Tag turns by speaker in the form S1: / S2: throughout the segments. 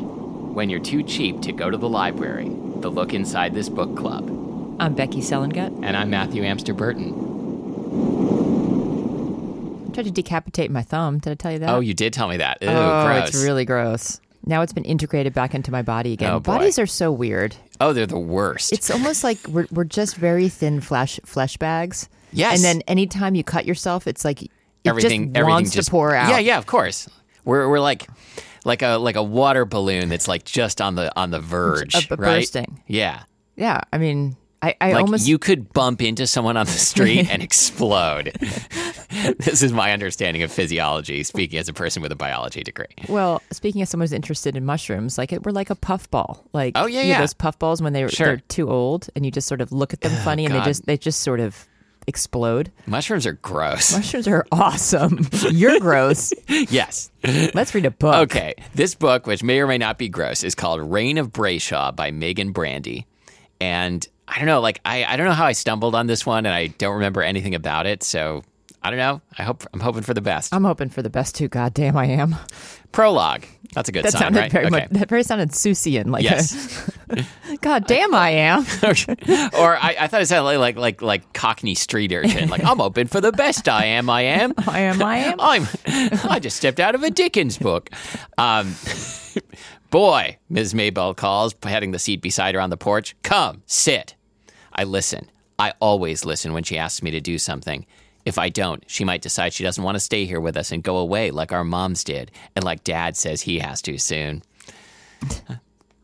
S1: when you're too cheap to go to the library, the look inside this book club.
S2: I'm Becky Selengut.
S1: And I'm Matthew Amster
S2: Uh,
S1: Burton.
S2: Tried to decapitate my thumb. Did I tell you that?
S1: Oh, you did tell me that. Ew,
S2: Oh,
S1: gross.
S2: it's really gross. Now it's been integrated back into my body again.
S1: Oh, boy.
S2: Bodies are so weird.
S1: oh, they're the worst.
S2: It's almost like we're, we're just very thin flesh flesh bags.
S1: Yes.
S2: And then anytime you cut yourself, it's like it
S1: everything
S2: just
S1: everything
S2: wants
S1: just
S2: to pour out.
S1: Yeah, yeah, of course. We're we're like like a like a water balloon that's like just on the on the verge,
S2: Up- up
S1: right?
S2: bursting.
S1: Yeah.
S2: Yeah, I mean, I, I
S1: Like
S2: almost
S1: you could bump into someone on the street and explode. this is my understanding of physiology, speaking as a person with a biology degree.
S2: well. Speaking of someone who's interested in mushrooms, like it, we're like a puffball. Like
S1: Oh, yeah,
S2: you know
S1: yeah.
S2: those puffballs when they were
S1: Sure. Oh,
S2: they're too old, and you just sort of look at them funny, and
S1: God.
S2: they just they just sort of explode.
S1: Mushrooms are gross.
S2: Mushrooms are awesome. You're gross.
S1: yes.
S2: Let's read a book.
S1: Okay. This book, which may or may not be gross, is called Reign of Brayshaw by Megan Brandy. And I don't know, like I, I don't know how I stumbled on this one and I don't remember anything about it, so I don't know. I hope I'm hoping for the best.
S2: I'm hoping for the best too. Goddamn, I am.
S1: Prologue. That's a good
S2: That
S1: sign,
S2: sounded
S1: right?
S2: very
S1: okay.
S2: much. That very sounded Susian. Like,
S1: Yes.
S2: a, God damn, I am.
S1: or I, I thought it sounded like like like Cockney street urchin. Like I'm hoping for the best. I am. I am.
S2: I am. I am.
S1: I'm. I just stepped out of a Dickens book. Um, boy, Ms. Maybell calls, patting the seat beside her on the porch. Come, sit. I listen. I always listen when she asks me to do something. If I don't, she might decide she doesn't want to stay here with us and go away like our moms did, and like Dad says he has to soon.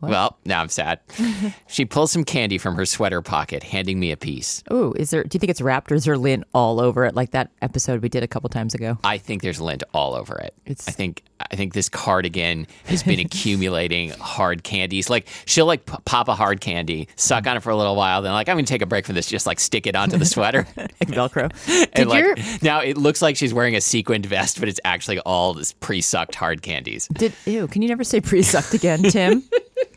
S1: Well, now I'm sad. she pulls some candy from her sweater pocket, handing me a piece.
S2: Ooh, is there? Do you think it's raptors or lint all over it, like that episode we did a couple times ago?
S1: I think there's lint all over it. I think I think this cardigan has been accumulating hard candies. Like she'll like p- pop a hard candy, suck on it for a little while, then like I'm gonna take a break from this, just like stick it onto the sweater.
S2: Like Velcro.
S1: and
S2: Did
S1: like
S2: your
S1: now it looks like she's wearing a sequined vest, but it's actually all this pre-sucked hard candies.
S2: did ew? Can you never say pre-sucked again, Tim?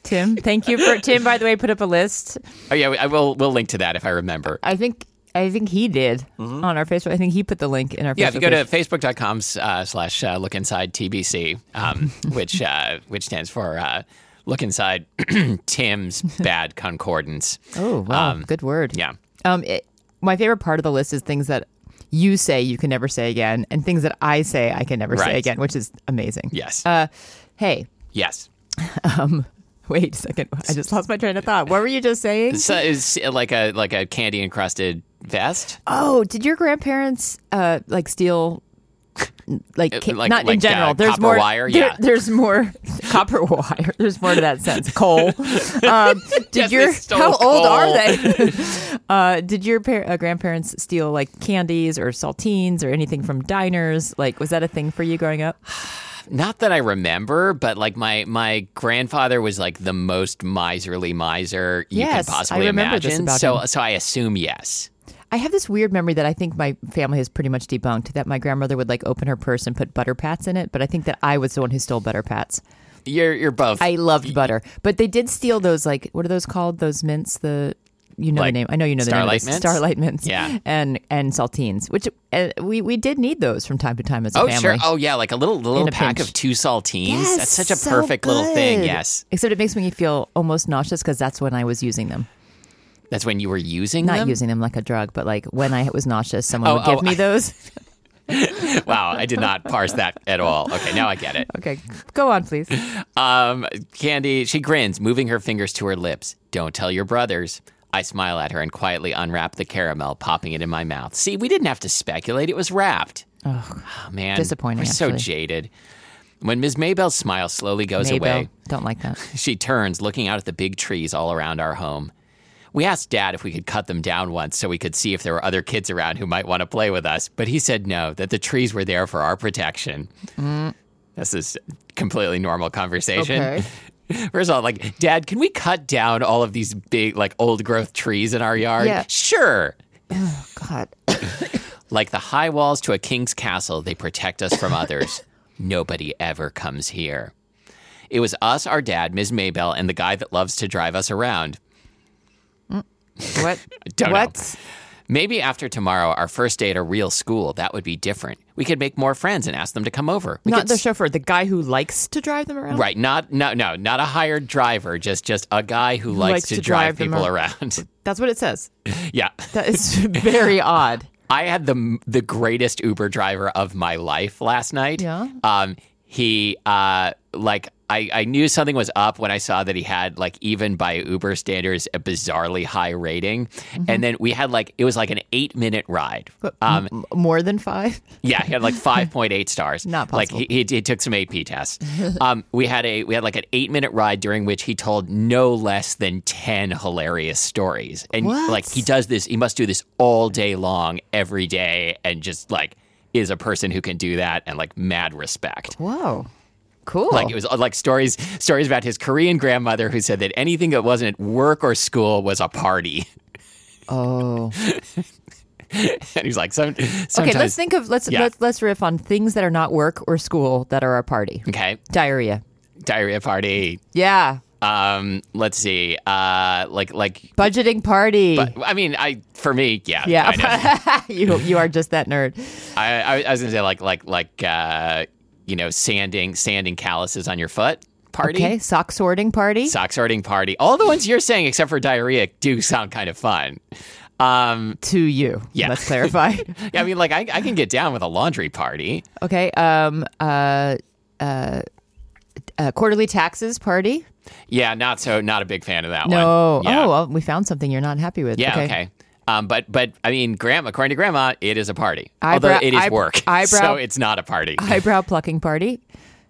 S2: Tim, thank you for Tim. By the way, put up a list.
S1: Oh yeah, I will. We'll link to that if I remember.
S2: I think I think he did on our Facebook. I think he put the link in our
S1: Mm-hmm. Yeah,
S2: Facebook.
S1: if you go to
S2: page.
S1: facebook.com uh, slash uh, look inside TBC, um, which, uh, which stands for uh, look inside Tim's bad concordance.
S2: oh wow,
S1: um,
S2: good word.
S1: Yeah.
S2: Um, it, my favorite part of the list is things that you say you can never say again, and things that I say I can never
S1: Right.
S2: say again, which is amazing.
S1: Yes.
S2: Uh, hey,
S1: yes.
S2: wait a second. I just lost my train of thought. What were you just saying?
S1: So it's like a like a candy encrusted vest.
S2: Oh, did your grandparents uh, like steal? Like, ca-
S1: like-
S2: not in
S1: like,
S2: general.
S1: uh,
S2: there's
S1: copper
S2: more
S1: wire?
S2: there-
S1: Yeah.
S2: There's more copper wire. There's more to that sense. Coal. Um,
S1: Yes,
S2: did
S1: they
S2: your
S1: stole
S2: how old
S1: coal.
S2: are they? uh, did your par- uh, grandparents steal like candies or saltines or anything from diners? Like, was that a thing for you growing up?
S1: Not that I remember, but like my my grandfather was like the most miserly miser you
S2: Yes,
S1: can
S2: I
S1: possibly
S2: remember this
S1: imagine.
S2: about
S1: so
S2: him.
S1: so I assume yes.
S2: I have this weird memory that I think my family has pretty much debunked that my grandmother would like open her purse and put butter pats in it, but I think that I was the one who stole butter pats.
S1: You're you're both
S2: I loved butter, but they did steal those. Like, what are those called? Those mints. The you know
S1: Like
S2: the name. I know you know the name. of
S1: Starlight
S2: this.
S1: mints?
S2: Starlight mints.
S1: Yeah.
S2: and and saltines, which uh, we we did need those from time to time as a
S1: Oh
S2: family.
S1: sure. Oh yeah, like a little little
S2: In a
S1: pack
S2: pinch.
S1: of two saltines.
S2: Yes,
S1: That's such a
S2: so
S1: perfect little thing.
S2: good.
S1: Yes.
S2: Except it makes me feel almost nauseous because that's when I was using them.
S1: That's when you were using
S2: Not
S1: them.
S2: using them like a drug, but like when I was nauseous, someone
S1: Oh,
S2: would give
S1: oh, I-
S2: me those.
S1: wow, I did not parse that at all. Okay, now I get it.
S2: okay, go on, please.
S1: Um, Candy, she grins, moving her fingers to her lips. Don't tell your brothers. I smile at her and quietly unwrap the caramel, popping it in my mouth. See, we didn't have to speculate. It was wrapped. Oh, man.
S2: Disappointing,
S1: We're so
S2: actually.
S1: jaded. When Ms. Maybell's smile slowly goes away,
S2: Maybell, don't like that.
S1: she turns, looking out at the big trees all around our home. We asked Dad if we could cut them down once so we could see if there were other kids around who might want to play with us, but he said no, that the trees were there for our protection.
S2: Mm.
S1: This is completely normal conversation.
S2: Okay.
S1: First of all, like, Dad, can we cut down all of these big, like, old growth trees in our yard?
S2: Yeah.
S1: Sure.
S2: God,
S1: Like the high walls to a king's castle, they protect us from others. Nobody ever comes here. It was us, our dad, Ms. Maybell, and the guy that loves to drive us around.
S2: what?
S1: Don't know.
S2: what?
S1: Maybe after tomorrow, our first day at a real school, that would be different. We could make more friends and ask them to come over. We
S2: Not
S1: could
S2: the chauffeur, the guy who likes to drive them around.
S1: Right, not no no, not a hired driver, just just a guy who, likes, to, drive,
S2: them
S1: people
S2: ar-
S1: around.
S2: That's what it says.
S1: yeah.
S2: That is very odd.
S1: I had the the greatest Uber driver of my life last night.
S2: Yeah.
S1: Um he uh like I, I knew something was up when I saw that he had like even by Uber standards a bizarrely high rating, and then we had like it was like an eight minute ride. Um,
S2: M- More than five.
S1: Yeah, he had like five point eight stars.
S2: Not
S1: Like he, he, he took some AP tests. Um, we had a we had like an eight minute ride during which he told no less than ten hilarious stories, and
S2: What?
S1: like he does this, he must do this all day long, every day, and just like is a person who can do that, and like mad respect.
S2: Whoa. Cool.
S1: Like it was uh, like stories stories about his Korean grandmother who said that anything that wasn't at work or school was a party.
S2: oh.
S1: and he's like, some, sometimes
S2: Okay, let's think of let's
S1: Yeah.
S2: let's let's riff on things that are not work or school that are our party.
S1: okay,
S2: Diarrhea.
S1: diarrhea party.
S2: Yeah.
S1: Um, let's see. Uh, like like.
S2: Budgeting party.
S1: I mean, I for me, yeah, I, know.
S2: yeah. you you are just that nerd.
S1: I, I, I was gonna say like like like uh, you know, sanding sanding calluses on your foot party,
S2: Okay, sock sorting party.
S1: sock sorting party. All the ones you're saying, except for diarrhea, do sound kind of fun. Um,
S2: to you.
S1: Yeah.
S2: Let's clarify.
S1: yeah, I mean, like I, I can get down with a laundry party.
S2: okay. Um uh uh uh, quarterly taxes party?
S1: Yeah, not so not a big fan of that
S2: No.
S1: one. Yeah.
S2: Oh, well, we found something you're not happy with.
S1: yeah, okay.
S2: okay.
S1: Um, but but I mean, grandma, according to grandma, it is a party.
S2: Eyebrow-
S1: Although it is
S2: eye-
S1: work, so
S2: eyebrow-
S1: it's not a party.
S2: Eyebrow plucking party.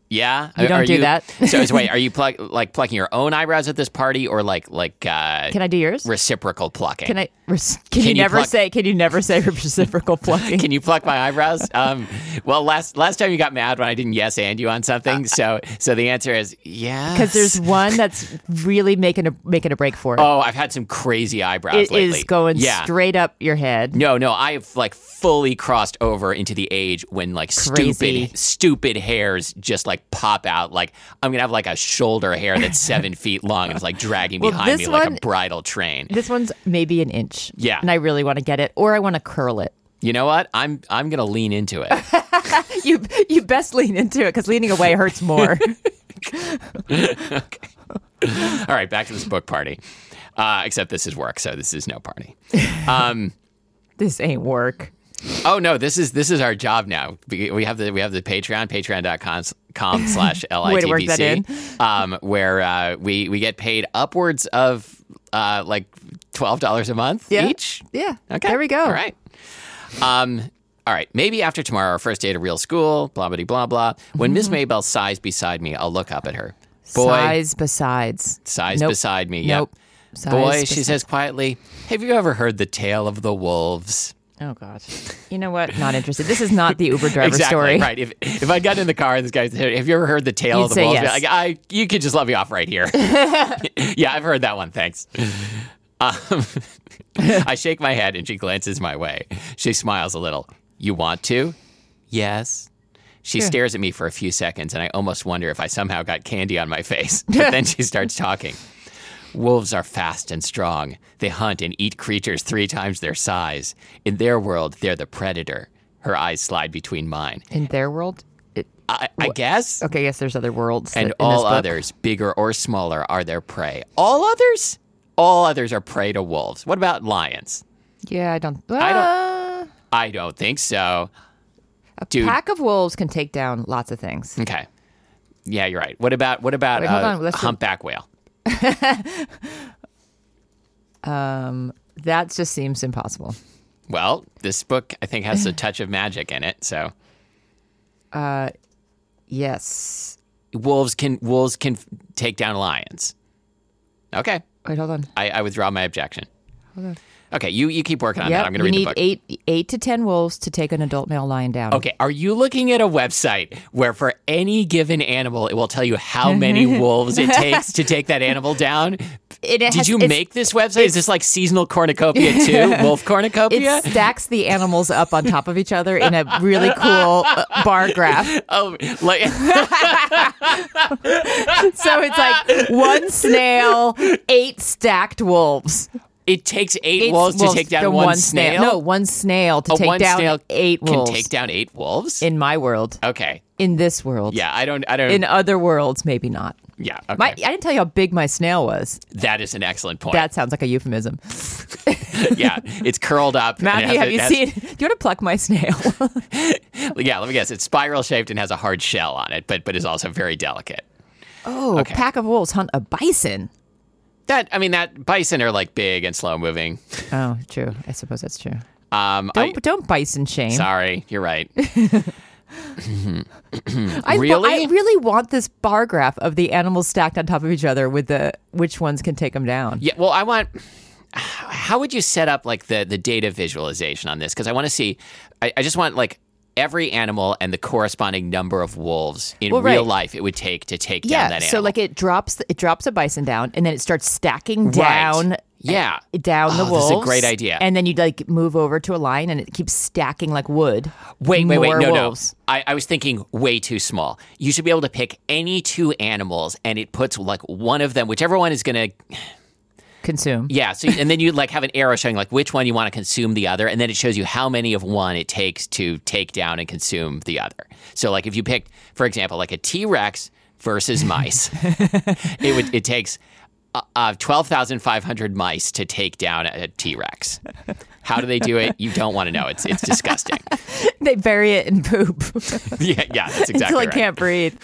S1: Yeah,
S2: You don't
S1: Are
S2: do that.
S1: so, so wait, are you pluck, like plucking your own eyebrows at this party, or like like uh,
S2: Can I do yours?
S1: reciprocal plucking?
S2: Can I? Res- can, you,
S1: you
S2: never
S1: pluck-
S2: say? Can you never say reciprocal plucking?
S1: Can you pluck my eyebrows? Um, well, last last time you got mad when I didn't yes and you on something. So so the answer is yes.
S2: Because Uh, there's one that's really making a making a break for it.
S1: oh, I've had some crazy eyebrows
S2: it
S1: lately.
S2: is going
S1: yeah.
S2: straight up your head.
S1: No, no, I have like fully crossed over into the age when like
S2: Crazy.
S1: stupid, stupid hairs just like pop out. Like I'm gonna have like a shoulder hair that's seven feet long and it's like dragging behind me
S2: this
S1: like
S2: one-
S1: a bridal train.
S2: This one's maybe an inch.
S1: Yeah.
S2: and I really want to get it, or I want to curl it.
S1: You know what? I'm I'm gonna lean into it.
S2: You you best lean into it because leaning away hurts more.
S1: All right, back to this book party. Uh, except this is work, so this is no party.
S2: this ain't work.
S1: Oh no, this is this is our job now. We we have the we have the Patreon, patreon.com s- com slash
S2: to work that in.
S1: LITBC, um, where uh, we we get paid upwards of uh, like twelve dollars a month
S2: Yeah.
S1: each.
S2: Yeah.
S1: Okay,
S2: There we go.
S1: All right. Um, all right. Maybe after tomorrow, our first day to real school. Blah blah blah blah. When Miss
S2: Mm-hmm.
S1: Maybell sighs beside me, I'll look up at her. Boy,
S2: Size besides.
S1: sighs
S2: Nope.
S1: beside me. Yep.
S2: Nope. Size
S1: Boy,
S2: bes-
S1: she says quietly, have you ever heard the tale of the wolves?
S2: Oh gosh. You know what? Not interested. This is not the Uber driver
S1: exactly,
S2: story.
S1: right. If, if I'd gotten in the car and this guy said, have you ever heard the tale
S2: You'd
S1: of the
S2: say
S1: wolves? I'd be
S2: yes.
S1: Like, I, you could just let me off right here. yeah, I've heard that one. Thanks. Um, I shake my head and she glances my way. She smiles a little. You want to? Yes. She stares at me for a few seconds, and I almost wonder if I somehow got candy on my face. But then she starts talking. Wolves are fast and strong. They hunt and eat creatures three times their size. In their world, they're the predator. Her eyes slide between mine.
S2: In their world. It,
S1: I, I guess.
S2: okay. Yes. There's other worlds.
S1: And
S2: that- in this
S1: all
S2: book.
S1: others, bigger or smaller, are their prey. All others? All others are prey to wolves. What about lions?
S2: Yeah. I don't.
S1: don't-
S2: Uh,
S1: I don't think so. Dude.
S2: Pack of wolves can take down lots of things.
S1: Okay. Yeah, you're right. What about what about
S2: Wait, hold
S1: uh,
S2: on. Let's do-
S1: humpback whale?
S2: That just seems impossible.
S1: Well, this book I think has a touch of magic in it. So
S2: Yes.
S1: wolves can wolves can f- take down lions. Okay,
S2: Wait, hold on.
S1: I, I withdraw my objection. Okay, you you keep working on that. Uh, I'm going to
S2: you
S1: read
S2: need
S1: the book.
S2: eight eight to ten wolves to take an adult male lion down.
S1: Okay, are you looking at a website where for any given animal it will tell you how many
S2: Mm-hmm.
S1: wolves it takes to take that animal down?
S2: It, it
S1: Did
S2: has-
S1: you
S2: it's-
S1: make this website? Is this like seasonal cornucopia too? Wolf
S2: It
S1: cornucopia?
S2: stacks the animals up on top of each other in a really cool uh, bar graph.
S1: Oh, like
S2: So it's like one snail, eight stacked wolves.
S1: It takes eight,
S2: Eight
S1: wolves, to take down
S2: the
S1: one, snail.
S2: No, one snail to
S1: A
S2: take
S1: one
S2: down
S1: snail
S2: eight
S1: can
S2: wolves.
S1: take down eight wolves.
S2: in my world,
S1: okay,
S2: in this world,
S1: yeah, I don't, I don't,
S2: in other worlds, maybe not.
S1: yeah, okay.
S2: My, I didn't tell you how big my snail was.
S1: that is an excellent point.
S2: That sounds like a euphemism.
S1: yeah, it's curled up. and it
S2: Matthew,
S1: has
S2: have
S1: a-
S2: you
S1: has-
S2: seen? Do you want to pluck my snail?
S1: Yeah, let me guess. It's spiral shaped and has a hard shell on it, but but is also very delicate.
S2: oh,
S1: Okay.
S2: a pack of wolves hunt a bison.
S1: That I mean, that bison are like big and slow moving.
S2: Oh, true. I suppose that's true.
S1: Um, I,
S2: Don't don't bison shame.
S1: sorry, you're right.
S2: I, well,
S1: Really?
S2: I really want this bar graph of the animals stacked on top of each other with the which ones can take them down.
S1: Yeah, well, I want. How would you set up like the the data visualization on this? Because I want to see. I, I just want like every animal and the corresponding number of wolves in
S2: Well,
S1: real
S2: right.
S1: life it would take to take
S2: Yeah,
S1: down that animal.
S2: so like it drops it drops a bison down and then it starts stacking
S1: Right.
S2: down uh,
S1: Yeah.
S2: down the
S1: Oh, this
S2: wolves.
S1: is a great idea.
S2: And then you'd like move over to a line and it keeps stacking like wood.
S1: Wait, wait, wait.
S2: more
S1: No,
S2: wolves.
S1: no. I, I was thinking way too small. You should be able to pick any two animals and it puts like one of them, whichever one is going to.
S2: Consume.
S1: Yeah. So, and then you like have an arrow showing like which one you want to consume the other. And then it shows you how many of one it takes to take down and consume the other. So, like if you picked, for example, like a T Rex versus mice, it would, it takes. Uh, uh, 12,500 mice to take down a T Rex. How do they do it? You don't want to know. It's it's disgusting.
S2: They bury it in poop
S1: yeah, yeah, that's exactly
S2: until
S1: right.
S2: it can't breathe.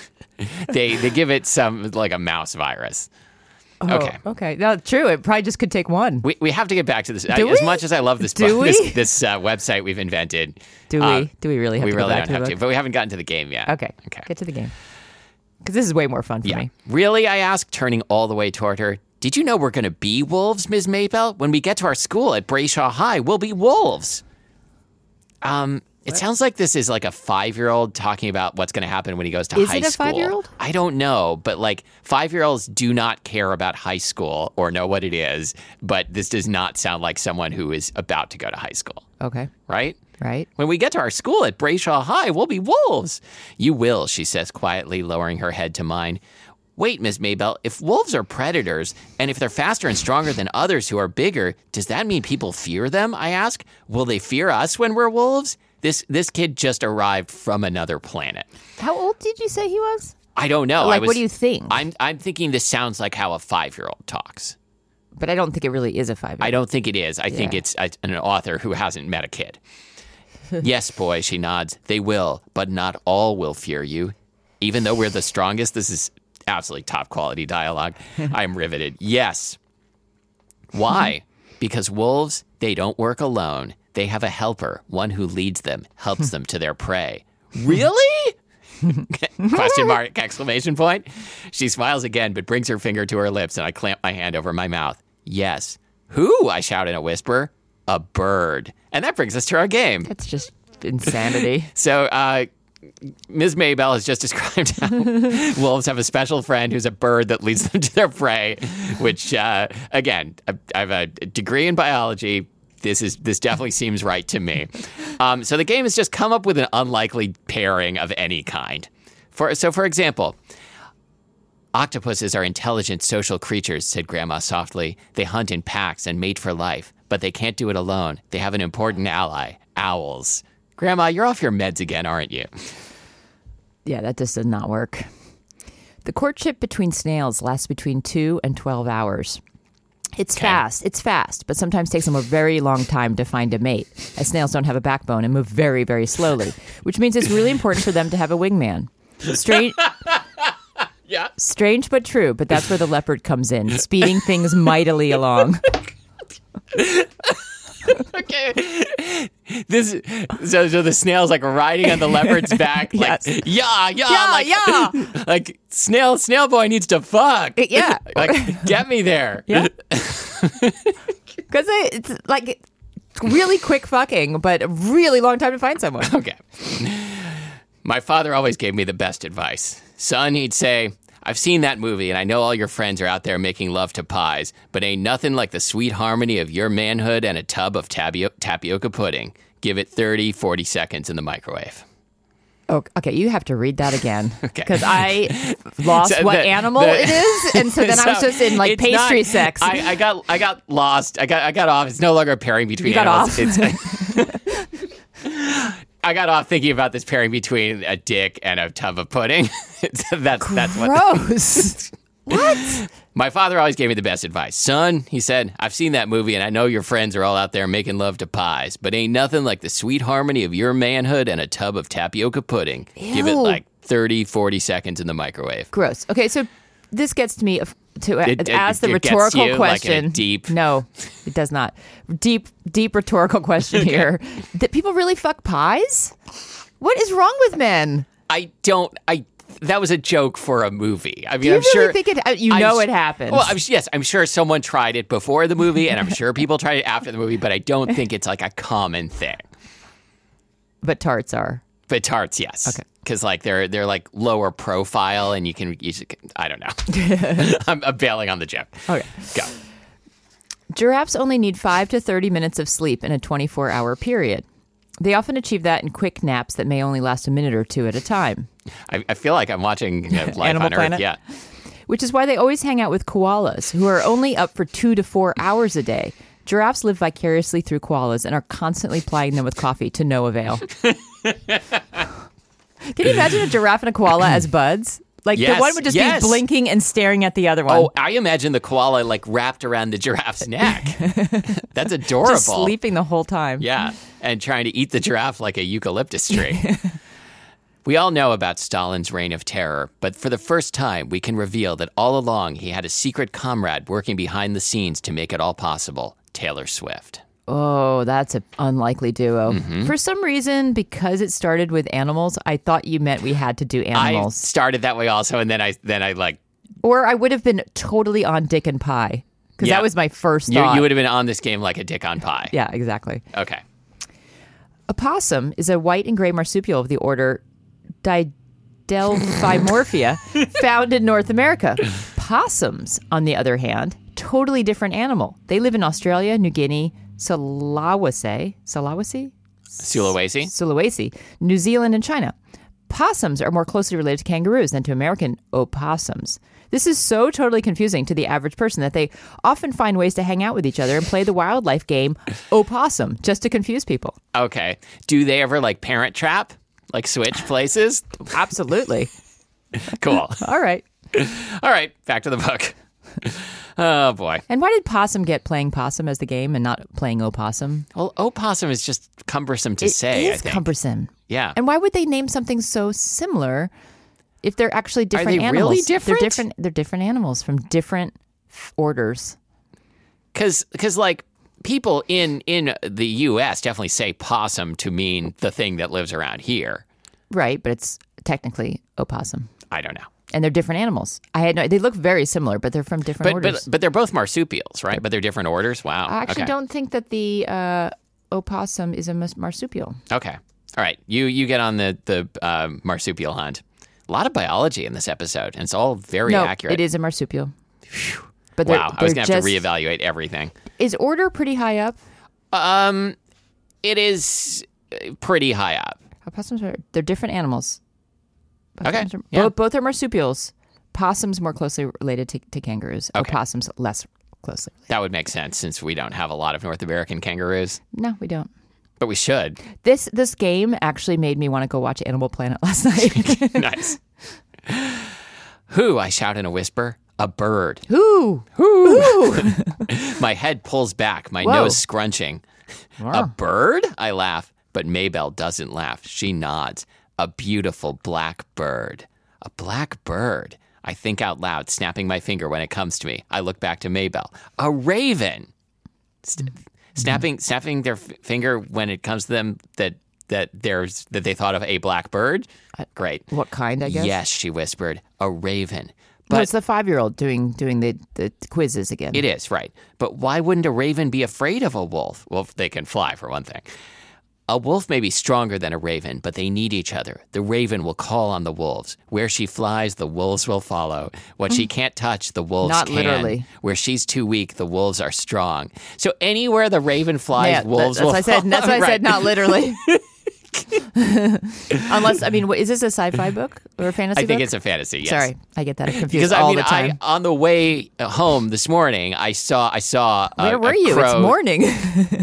S1: they they give it some like a mouse virus. Okay.
S2: Oh, okay. No, true. It probably just could take one.
S1: We, we have to get back to this.
S2: Do
S1: as
S2: we?
S1: much as I love this
S2: Do
S1: book, this,
S2: we?
S1: this uh, website we've invented.
S2: Do we?
S1: uh,
S2: do we really have
S1: we
S2: to
S1: really
S2: go
S1: don't
S2: back to
S1: have
S2: the
S1: to,
S2: book?
S1: but we haven't gotten to the game yet.
S2: Okay.
S1: Okay.
S2: Get to the game. Because this is way more fun for
S1: Yeah.
S2: me.
S1: Really, I asked, turning all the way toward her. Did you know we're going to be wolves, Ms. Maybell? When we get to our school at Brayshaw High, we'll be wolves. Um, it sounds like this is like a five-year-old talking about what's going to happen when he goes to
S2: Is
S1: high
S2: it a
S1: school.
S2: five-year-old?
S1: I don't know, but like five-year-olds do not care about high school or know what it is. But this does not sound like someone who is about to go to high school,
S2: Okay.
S1: right?
S2: Right.
S1: When we get to our school at Brayshaw High, we'll be wolves. You will, she says quietly, lowering her head to mine. Wait, Miss Maybell, if wolves are predators, and if they're faster and stronger than others who are bigger, does that mean people fear them? I ask. Will they fear us when we're wolves? This this kid just arrived from another planet.
S2: How old did you say he was?
S1: I don't know. I
S2: Like,
S1: was,
S2: what do you think?
S1: I'm I'm thinking this sounds like how a five year old talks.
S2: But I don't think it really is a five.
S1: I don't think it is. I think
S2: Yeah.
S1: it's a, an author who hasn't met a kid. yes, boy, she nods. They will, but not all will fear you. Even though we're the strongest, this is absolutely top quality dialogue. I'm riveted. Yes. Why? because wolves, they don't work alone. They have a helper, one who leads them, helps them to their prey. Really? Question mark, exclamation point. She smiles again, but brings her finger to her lips, and I clamp my hand over my mouth. Yes. Who? I shout in a whisper. A bird. And that brings us to our game.
S2: That's just insanity.
S1: So, uh, Ms. Maybell has just described how wolves have a special friend who's a bird that leads them to their prey, which, uh, again, I, I have a degree in biology. This is this definitely seems right to me. Um, so the game has just come up with an unlikely pairing of any kind. For so, for example, Octopuses are intelligent social creatures, said Grandma softly. They hunt in packs and mate for life, but they can't do it alone. They have an important ally, owls. Grandma, you're off your meds again, aren't you?
S2: Yeah, that just does not work. The courtship between snails lasts between two and 12 hours. It's fast, it's fast, but sometimes takes them a very long time to find a mate, as snails don't have a backbone and move very, very slowly, which means it's really important for them to have a wingman. Strange,
S1: Yeah.
S2: strange but true, but that's where the leopard comes in, speeding things mightily along.
S1: Okay. This so, so the snail's like riding on the leopard's back, like
S2: Yes.
S1: yeah, yeah,
S2: Yeah,
S1: like,
S2: yeah.
S1: like snail, snail boy needs to fuck.
S2: Yeah.
S1: like get me there.
S2: Yeah. Because it's like really quick fucking, but a really long time to find someone.
S1: Okay. My father always gave me the best advice. Son, he'd say, I've seen that movie and I know all your friends are out there making love to pies, but ain't nothing like the sweet harmony of your manhood and a tub of tapio- tapioca pudding. Give it 30, 40 seconds in the microwave.
S2: Oh, okay, you have to read that again
S1: Okay.
S2: because I lost
S1: So
S2: what
S1: the-
S2: animal
S1: the-
S2: it is, and so then I was
S1: So
S2: just in like
S1: it's not-
S2: pastry sex.
S1: I, I got I got lost. I got I got off. It's no longer pairing between
S2: You got
S1: animals.
S2: off.
S1: It's- I got off thinking about this pairing between a dick and a tub of pudding. It's- that's that's what
S2: Gross.
S1: my father always gave me the best advice. Son, he said, I've seen that movie and I know your friends are all out there making love to pies, but ain't nothing like the sweet harmony of your manhood and a tub of tapioca pudding. Give it
S2: Ew.
S1: like 30 40 seconds in the microwave.
S2: Gross. Okay, so this gets to me of- to a-
S1: It- it-
S2: ask the
S1: it gets
S2: rhetorical
S1: you, like, in a
S2: question.
S1: deep-
S2: No, it does not. Deep, deep rhetorical question here. That people really fuck pies? What is wrong with men?
S1: I don't. I that was a joke for a movie. I mean,
S2: you
S1: I'm
S2: really
S1: sure
S2: think it- uh, you know it happens.
S1: Well, I'm, yes, I'm sure someone tried it before the movie, and I'm sure people tried it after the movie, but I don't think it's like a common thing.
S2: But tarts are.
S1: But tarts, yes,
S2: Okay.
S1: because like they're they're like lower profile, and you can you just, I don't know. I'm, I'm bailing on the joke.
S2: Okay.
S1: Go.
S2: Giraffes only need 5 to 30 minutes of sleep in a 24 hour period. They often achieve that in quick naps that may only last a minute or two at a time,
S1: I, I feel like I'm watching you know, Life
S2: Animal
S1: on
S2: Planet? Um,
S1: Earth. Yeah.
S2: which is why they always hang out with koalas, who are only up for two to four hours a day. Giraffes live vicariously through koalas and are constantly plying them with coffee to no avail. Can you imagine a giraffe and a koala as buds? Like
S1: Yes,
S2: the one would just
S1: yes.
S2: be blinking and staring at the other one.
S1: Oh, I imagine the koala like wrapped around the giraffe's neck. That's adorable.
S2: just sleeping the whole time.
S1: Yeah, and trying to eat the giraffe like a eucalyptus tree. we all know about Stalin's reign of terror, but for the first time, we can reveal that all along he had a secret comrade working behind the scenes to make it all possible Taylor Swift.
S2: Oh, that's an unlikely duo.
S1: Mm-hmm.
S2: For some reason, because it started with animals, I thought you meant we had to do
S1: I
S2: animals.
S1: started that way also, and then I then I like
S2: or I would have been totally on Dick and Pie because
S1: Yeah.
S2: that was my first
S1: you,
S2: thought.
S1: you would have been on this game like a dick on pie.
S2: yeah, exactly.
S1: Okay.
S2: A possum is a white and gray marsupial of the order Didelphimorphia, found in North America. Possums, on the other hand, totally different animal. They live in Australia, New Guinea, Sulawesi, Sulawesi,
S1: Sulawesi.
S2: Sulawesi, New Zealand, and China. Possums are more closely related to kangaroos than to American opossums. This is so totally confusing to the average person that they often find ways to hang out with each other and play the wildlife game opossum just to confuse people.
S1: Okay. Do they ever like parent trap? Like switch places?
S2: Absolutely.
S1: Cool.
S2: All right.
S1: All right, back to the book. Oh boy.
S2: And why did possum get playing possum as the game and not playing opossum?
S1: Well, opossum is just cumbersome to
S2: it
S1: say. I
S2: is
S1: think.
S2: cumbersome.
S1: yeah.
S2: And why would they name something so similar if they're actually different
S1: they really
S2: animals?
S1: different?
S2: They're different. They're different animals from different orders.
S1: because because like people in in the U.S. definitely say possum to mean the thing that lives around here.
S2: Right, but it's technically opossum.
S1: I don't know,
S2: And they're different animals. I had no they look very similar, but they're from different
S1: but but,
S2: orders.
S1: but they're both marsupials, right? But they're different orders. Wow.
S2: I actually
S1: okay.
S2: don't think that the uh, opossum is a mas- marsupial.
S1: Okay. All right. You you get on the the um, marsupial hunt. A lot of biology in this episode, and it's all very
S2: no,
S1: accurate.
S2: it is a marsupial. But they're,
S1: Wow, I was
S2: they're
S1: gonna have to
S2: just-
S1: reevaluate everything.
S2: Is order pretty high up?
S1: It is uh, pretty high up.
S2: Opossums are they're different animals.
S1: Okay,
S2: Opossums are-
S1: yeah.
S2: both, both are marsupials. Possums more closely related to, to kangaroos.
S1: Okay.
S2: Opossums less closely. related.
S1: That would make sense since we don't have a lot of North American kangaroos,
S2: No, we don't.
S1: but we should.
S2: This this game actually made me want to go watch Animal Planet last night.
S1: nice. Who? I shout in a whisper. A bird.
S2: Who? Who?
S1: My head pulls back, my
S2: Whoa.
S1: nose scrunching. A bird? I laugh, but Maybelle doesn't laugh. She nods. A beautiful black bird. A black bird. I think out loud, snapping my finger when it comes to me. I look back to Maybelle. A raven. St-
S2: Mm-hmm.
S1: snapping snapping their f- finger when it comes to them that that there's that they thought of a black bird. Great.
S2: What kind? I guess.
S1: Yes, she whispered. A raven.
S2: But
S1: But
S2: it's the five year old doing doing the, the quizzes again.
S1: It is, right. But why wouldn't a raven be afraid of a wolf? Well, if they can fly, for one thing. A wolf may be stronger than a raven, but they need each other. The raven will call on the wolves. Where she flies, the wolves will follow. What she can't touch, the wolves
S2: Mm. Not
S1: can.
S2: literally.
S1: Where she's too weak, the wolves are strong. So anywhere the raven flies,
S2: Yeah, that-
S1: wolves
S2: that's
S1: will
S2: what I said.
S1: follow.
S2: That's what I
S1: Right.
S2: said. Not literally. Unless I mean, what, is this a sci-fi book or a fantasy?
S1: I think
S2: book?
S1: it's a fantasy. Yes.
S2: Sorry, I get that confused
S1: Because I
S2: all
S1: mean,
S2: the
S1: I,
S2: time.
S1: on the way home this morning, I saw I saw a,
S2: Where
S1: a
S2: were you? It's
S1: crow-
S2: morning.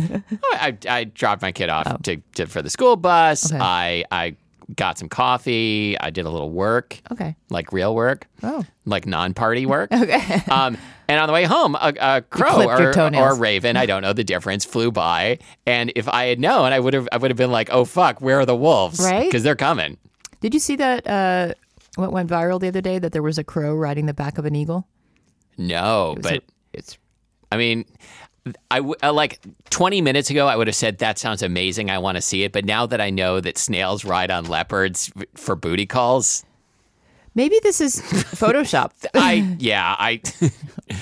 S1: I, I dropped my kid off to, to for the school bus.
S2: Oh. Okay.
S1: I I got some coffee. I did a little work,
S2: okay.
S1: like real work,
S2: Oh.
S1: like non-party work. Okay. Um, and on the way home, a, a crow
S2: clipped your
S1: or, or a
S2: toenails.
S1: raven, I don't know the difference, flew by. And if I had known, I would have I would have been like, oh fuck, where are the wolves?
S2: Right?
S1: Because they're coming.
S2: Did you see that? Uh, what went viral the other day? That there was a crow riding the back of an eagle.
S1: No,
S2: So
S1: but
S2: it's
S1: I mean, I w- uh, like 20 minutes ago, I would have said, that sounds amazing. I want to see it. But now that I know that snails ride on leopards f- for booty calls,
S2: maybe this is Photoshop,
S1: I, yeah, I,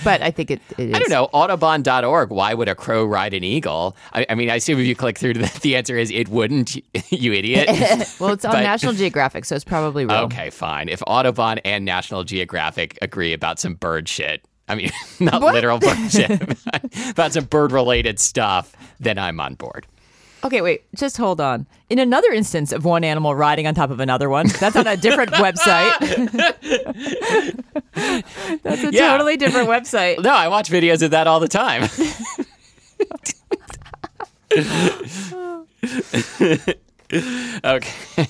S2: but I think it, it is.
S1: I don't know. Audubon.org, why would a crow ride an eagle? I, I mean, I assume if you click through to that, the answer is it wouldn't, you idiot.
S2: Well, it's on
S1: But-
S2: National Geographic, so it's probably real.
S1: okay, fine. If Audubon and National Geographic agree about some bird shit, I mean, not
S2: What?
S1: literal bird shit, about some bird related stuff, then I'm on board.
S2: Okay, wait, just hold on. In another instance of one animal riding on top of another one, that's on a different website. that's a
S1: Yeah.
S2: totally different website.
S1: No, I watch videos of that all the time. okay.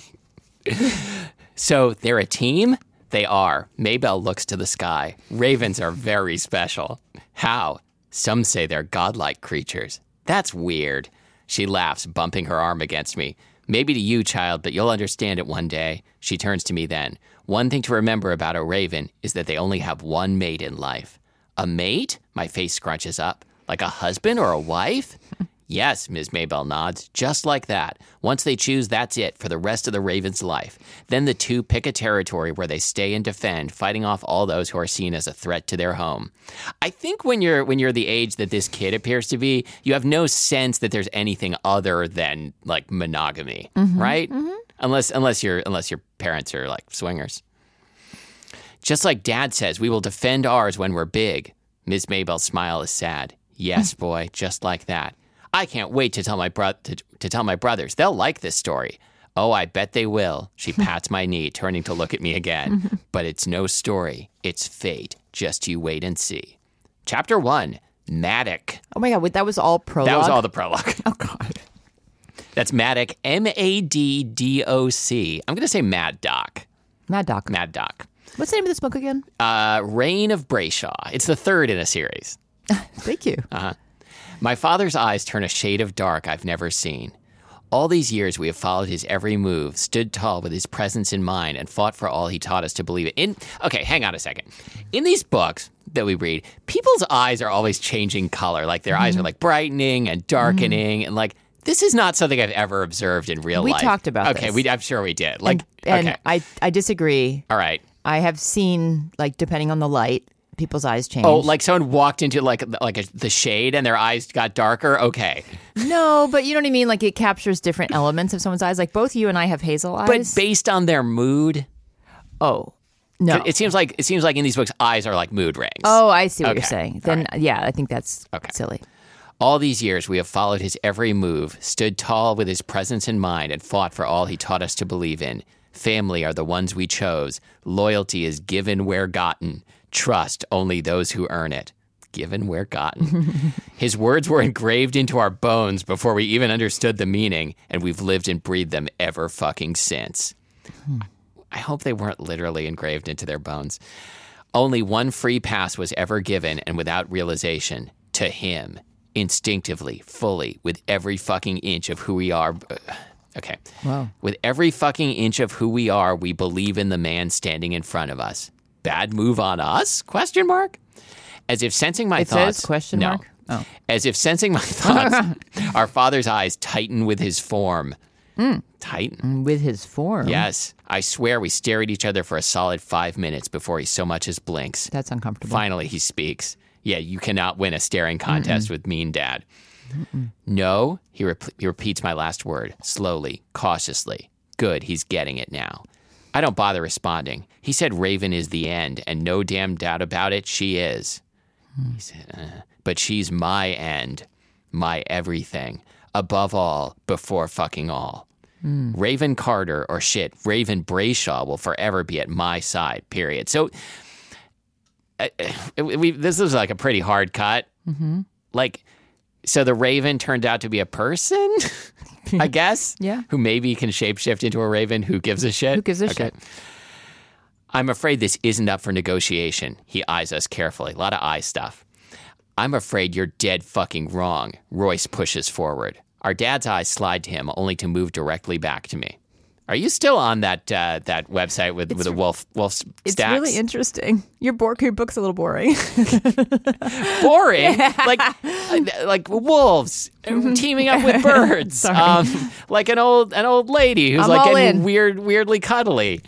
S1: So they're a team? They are. Maybell looks to the sky. Ravens are very special. How? Some say they're godlike creatures. That's weird. She laughs, bumping her arm against me. Maybe to you, child, but you'll understand it one day. She turns to me then. One thing to remember about a raven is that they only have one mate in life. A mate? My face scrunches up. Like a husband or a wife? Yes, Ms. Maybell nods, just like that. Once they choose, that's it for the rest of the Ravens' life. Then the two pick a territory where they stay and defend, fighting off all those who are seen as a threat to their home. I think when you're when you're the age that this kid appears to be, you have no sense that there's anything other than like monogamy, right? Unless unless you unless your parents are like swingers. Just like dad says, we will defend ours when we're big. Ms. Maybell's smile is sad. Yes, boy, just like that. I can't wait to tell my bro- to, to tell my brothers. They'll like this story. Oh, I bet they will. She pats my knee, turning to look at me again. but it's no story. It's fate. Just you wait and see. Chapter 1, Matic.
S2: Oh my god, wait, that was all prologue.
S1: That was all the prologue.
S2: Oh god.
S1: That's Matic, M A D D O C. I'm going to say Mad Doc.
S2: Mad Doc.
S1: Mad Doc.
S2: What's the name of this book again?
S1: Uh, Reign of Brayshaw. It's the third in a series.
S2: Thank you.
S1: uh, My father's eyes turn a shade of dark I've never seen. All these years we have followed his every move, stood tall with his presence in mind, and fought for all he taught us to believe in. Okay, hang on a second. In these books that we read, people's eyes are always changing color. Like their
S2: Mm-hmm.
S1: eyes are like brightening and darkening, and like this is not something I've ever observed in real
S2: We
S1: life.
S2: talked about
S1: okay,
S2: this.
S1: we, I'm sure we did. Like,
S2: and
S1: okay,
S2: I I disagree.
S1: all right.
S2: I have seen like depending on the light, people's eyes change.
S1: Oh, like someone walked into like like a, the shade, and their eyes got darker. Okay.
S2: no, but you know what I mean. Like it captures different elements of someone's eyes. Like both you and I have hazel eyes.
S1: But based on their mood,
S2: oh no.
S1: It seems like it seems like in these books, eyes are like mood rings.
S2: Oh, I see what
S1: Okay.
S2: you're saying. Then, yeah, I think that's silly.
S1: All these years, we have followed his every move, stood tall with his presence in mind, and fought for all he taught us to believe in. Family are the ones we chose. Loyalty is given where gotten. Trust only those who earn it. Given where gotten. his words were engraved into our bones before we even understood the meaning, and we've lived and breathed them ever fucking since. I hope they weren't literally engraved into their bones. Only one free pass was ever given, and without realization, to him, instinctively, fully, with every fucking inch of who we are. Okay. Wow. With every fucking inch of who we are, we believe in the man standing in front of us. Bad move on us? Question mark. As if sensing my
S2: It
S1: thoughts.
S2: says question
S1: no.
S2: mark? Oh.
S1: As if sensing my thoughts, our father's eyes tighten with his form.
S2: Hmm.
S1: Tighten.
S2: With his form.
S1: Yes. I swear we stare at each other for a solid five minutes before he so much as blinks.
S2: That's uncomfortable.
S1: Finally, he speaks. Yeah, you cannot win a staring contest with Mean Dad. No, he, rep- he repeats my last word, slowly, cautiously. Good, he's getting it now. I don't bother responding. He said Raven is the end, and no damn doubt about it, she is. He said, uh, but she's my end, my everything, above all, before fucking all. Raven Carter or shit, Raven Brayshaw will forever be at my side, period. So uh, uh, we, this was like a pretty hard cut.
S2: Mm-hmm.
S1: Like, so the Raven turned out to be a person, I guess.
S2: Yeah.
S1: Who maybe can shapeshift into a Raven. Who gives a shit?
S2: Who gives a shit?
S1: I'm afraid this isn't up for negotiation. He eyes us carefully. A lot of eye stuff. I'm afraid you're dead fucking wrong. Royce pushes forward. Our dad's eyes slide to him, only to move directly back to me. Are you still on that uh, that website with, with the wolf wolf s-
S2: It's
S1: stacks?
S2: really interesting. Your Borku book's a little boring.
S1: boring. like like wolves
S2: Mm-hmm.
S1: teaming up with birds. um, like an old an old lady who's
S2: I'm
S1: like
S2: all
S1: getting
S2: in.
S1: weird weirdly cuddly.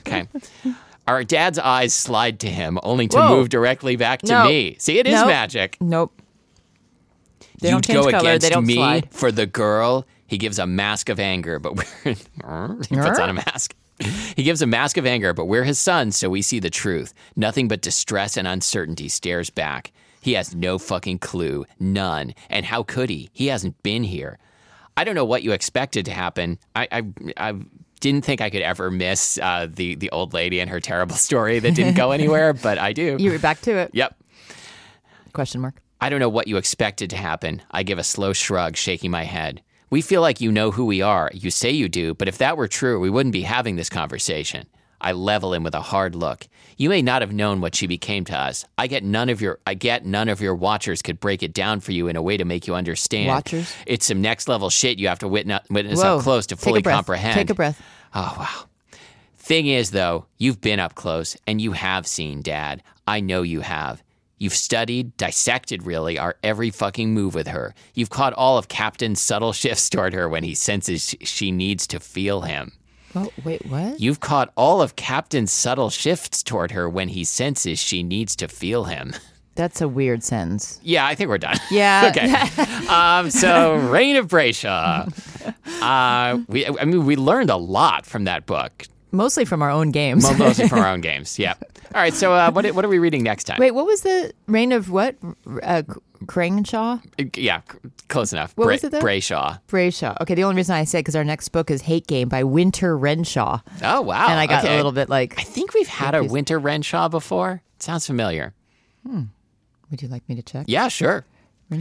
S1: okay. Our dad's eyes slide to him, only to
S2: Whoa.
S1: move directly back to
S2: No.
S1: me. See, it is
S2: Nope.
S1: magic.
S2: nope. They
S1: you
S2: don't change
S1: go
S2: color.
S1: against
S2: they don't
S1: me
S2: slide.
S1: for the girl. He gives a mask of anger, but we're he puts on a mask. He gives a mask of anger, but we're his sons, so we see the truth. Nothing but distress and uncertainty stares back. He has no fucking clue, none. And how could he? He hasn't been here. I don't know what you expected to happen. I I, I didn't think I could ever miss uh, the the old lady and her terrible story that didn't go anywhere, but I do.
S2: You're back to it.
S1: Yep.
S2: Question mark.
S1: I don't know what you expected to happen. I give a slow shrug, shaking my head. We feel like you know who we are. You say you do, but if that were true, we wouldn't be having this conversation. I level him with a hard look. You may not have known what she became to us. I get none of your I get none of your watchers could break it down for you in a way to make you understand.
S2: Watchers?
S1: It's some next level shit you have to witness, witness
S2: Whoa.
S1: up close to
S2: Take a
S1: fully
S2: breath.
S1: comprehend.
S2: Take a breath.
S1: Oh, wow. Thing is, though, you've been up close and you have seen Dad. I know you have. You've studied, dissected really, our every fucking move with her. You've caught all of Captain's subtle shifts toward her when he senses sh- she needs to feel him.
S2: Oh, wait, what?
S1: You've caught all of Captain's subtle shifts toward her when he senses she needs to feel him.
S2: That's a weird sentence.
S1: Yeah, I think we're done.
S2: Yeah.
S1: okay. um, so, Reign of Brayshaw. Uh, we, I mean, we learned a lot from that book.
S2: Mostly from our own games.
S1: Well, mostly from our own games. Yeah. All right. So, uh, what what are we reading next time?
S2: Wait, what was the reign of what? Uh, Crangenshaw?
S1: Uh, Yeah, c- close enough.
S2: What was it, though?
S1: Brayshaw.
S2: Brayshaw. Okay, the only reason I said because our next book is Hate Game by Winter Renshaw.
S1: Oh wow.
S2: and I got
S1: okay.
S2: a little bit like,
S1: I think we've had a Winter Renshaw before. Sounds familiar.
S2: would you like me to check?
S1: Yeah, sure.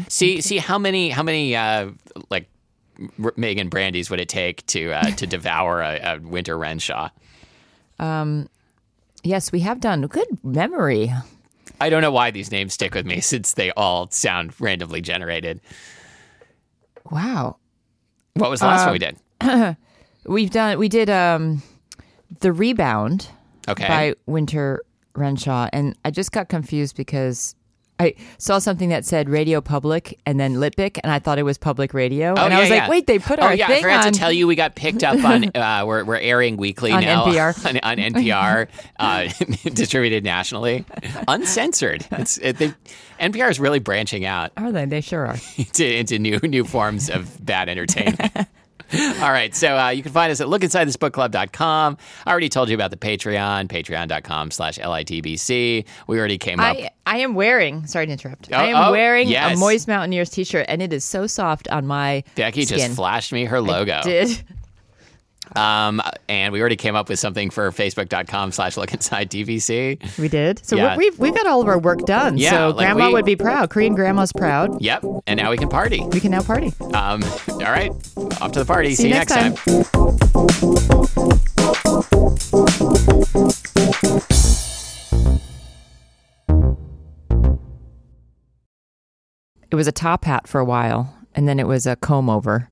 S1: See, see how many how many uh, like R- Megan Brandy's would it take to uh, to devour a, a Winter Renshaw?
S2: Yes, we have done. Good memory.
S1: I don't know why these names stick with me since they all sound randomly generated.
S2: Wow.
S1: What was the
S2: Uh,
S1: last one we did?
S2: We've done, we did um, The Rebound
S1: Okay.
S2: by Winter Renshaw. And I just got confused because. I saw something that said Radio Public and then Litpic, and I thought it was public radio.
S1: Oh,
S2: and I
S1: yeah,
S2: was like,
S1: yeah.
S2: wait, they put
S1: oh,
S2: our
S1: yeah, I
S2: thing
S1: forgot
S2: on.
S1: to tell you we got picked up on. Uh, we're we're airing weekly
S2: On
S1: now
S2: NPR.
S1: on, on NPR, uh, distributed nationally, uncensored. It's it, they, NPR is really branching out
S2: Are Oh, they? They sure are.
S1: into, into new new forms of bad entertainment. All right, so uh, you can find us at lookinsidethisbookclub.com. I already told you about the Patreon, patreon.com slash LITBC. We already came up.
S2: I, I am wearing, sorry to interrupt. I am
S1: oh,
S2: wearing
S1: yes.
S2: a Moist Mountaineers t shirt, and it is so soft on my
S1: Becky
S2: skin.
S1: just flashed me her logo.
S2: Did
S1: Um, and we already came up with something for facebook.com slash look inside DVC.
S2: we did? So
S1: Yeah.
S2: we've we've got all of our work done.
S1: Yeah,
S2: so
S1: like
S2: Grandma
S1: we-
S2: would be proud. Korean Grandma's proud.
S1: Yep. And now we can party.
S2: We can now party.
S1: Um, all right. Off to the party. See, you next time.
S2: It was a top hat for a while, and then it was a comb over.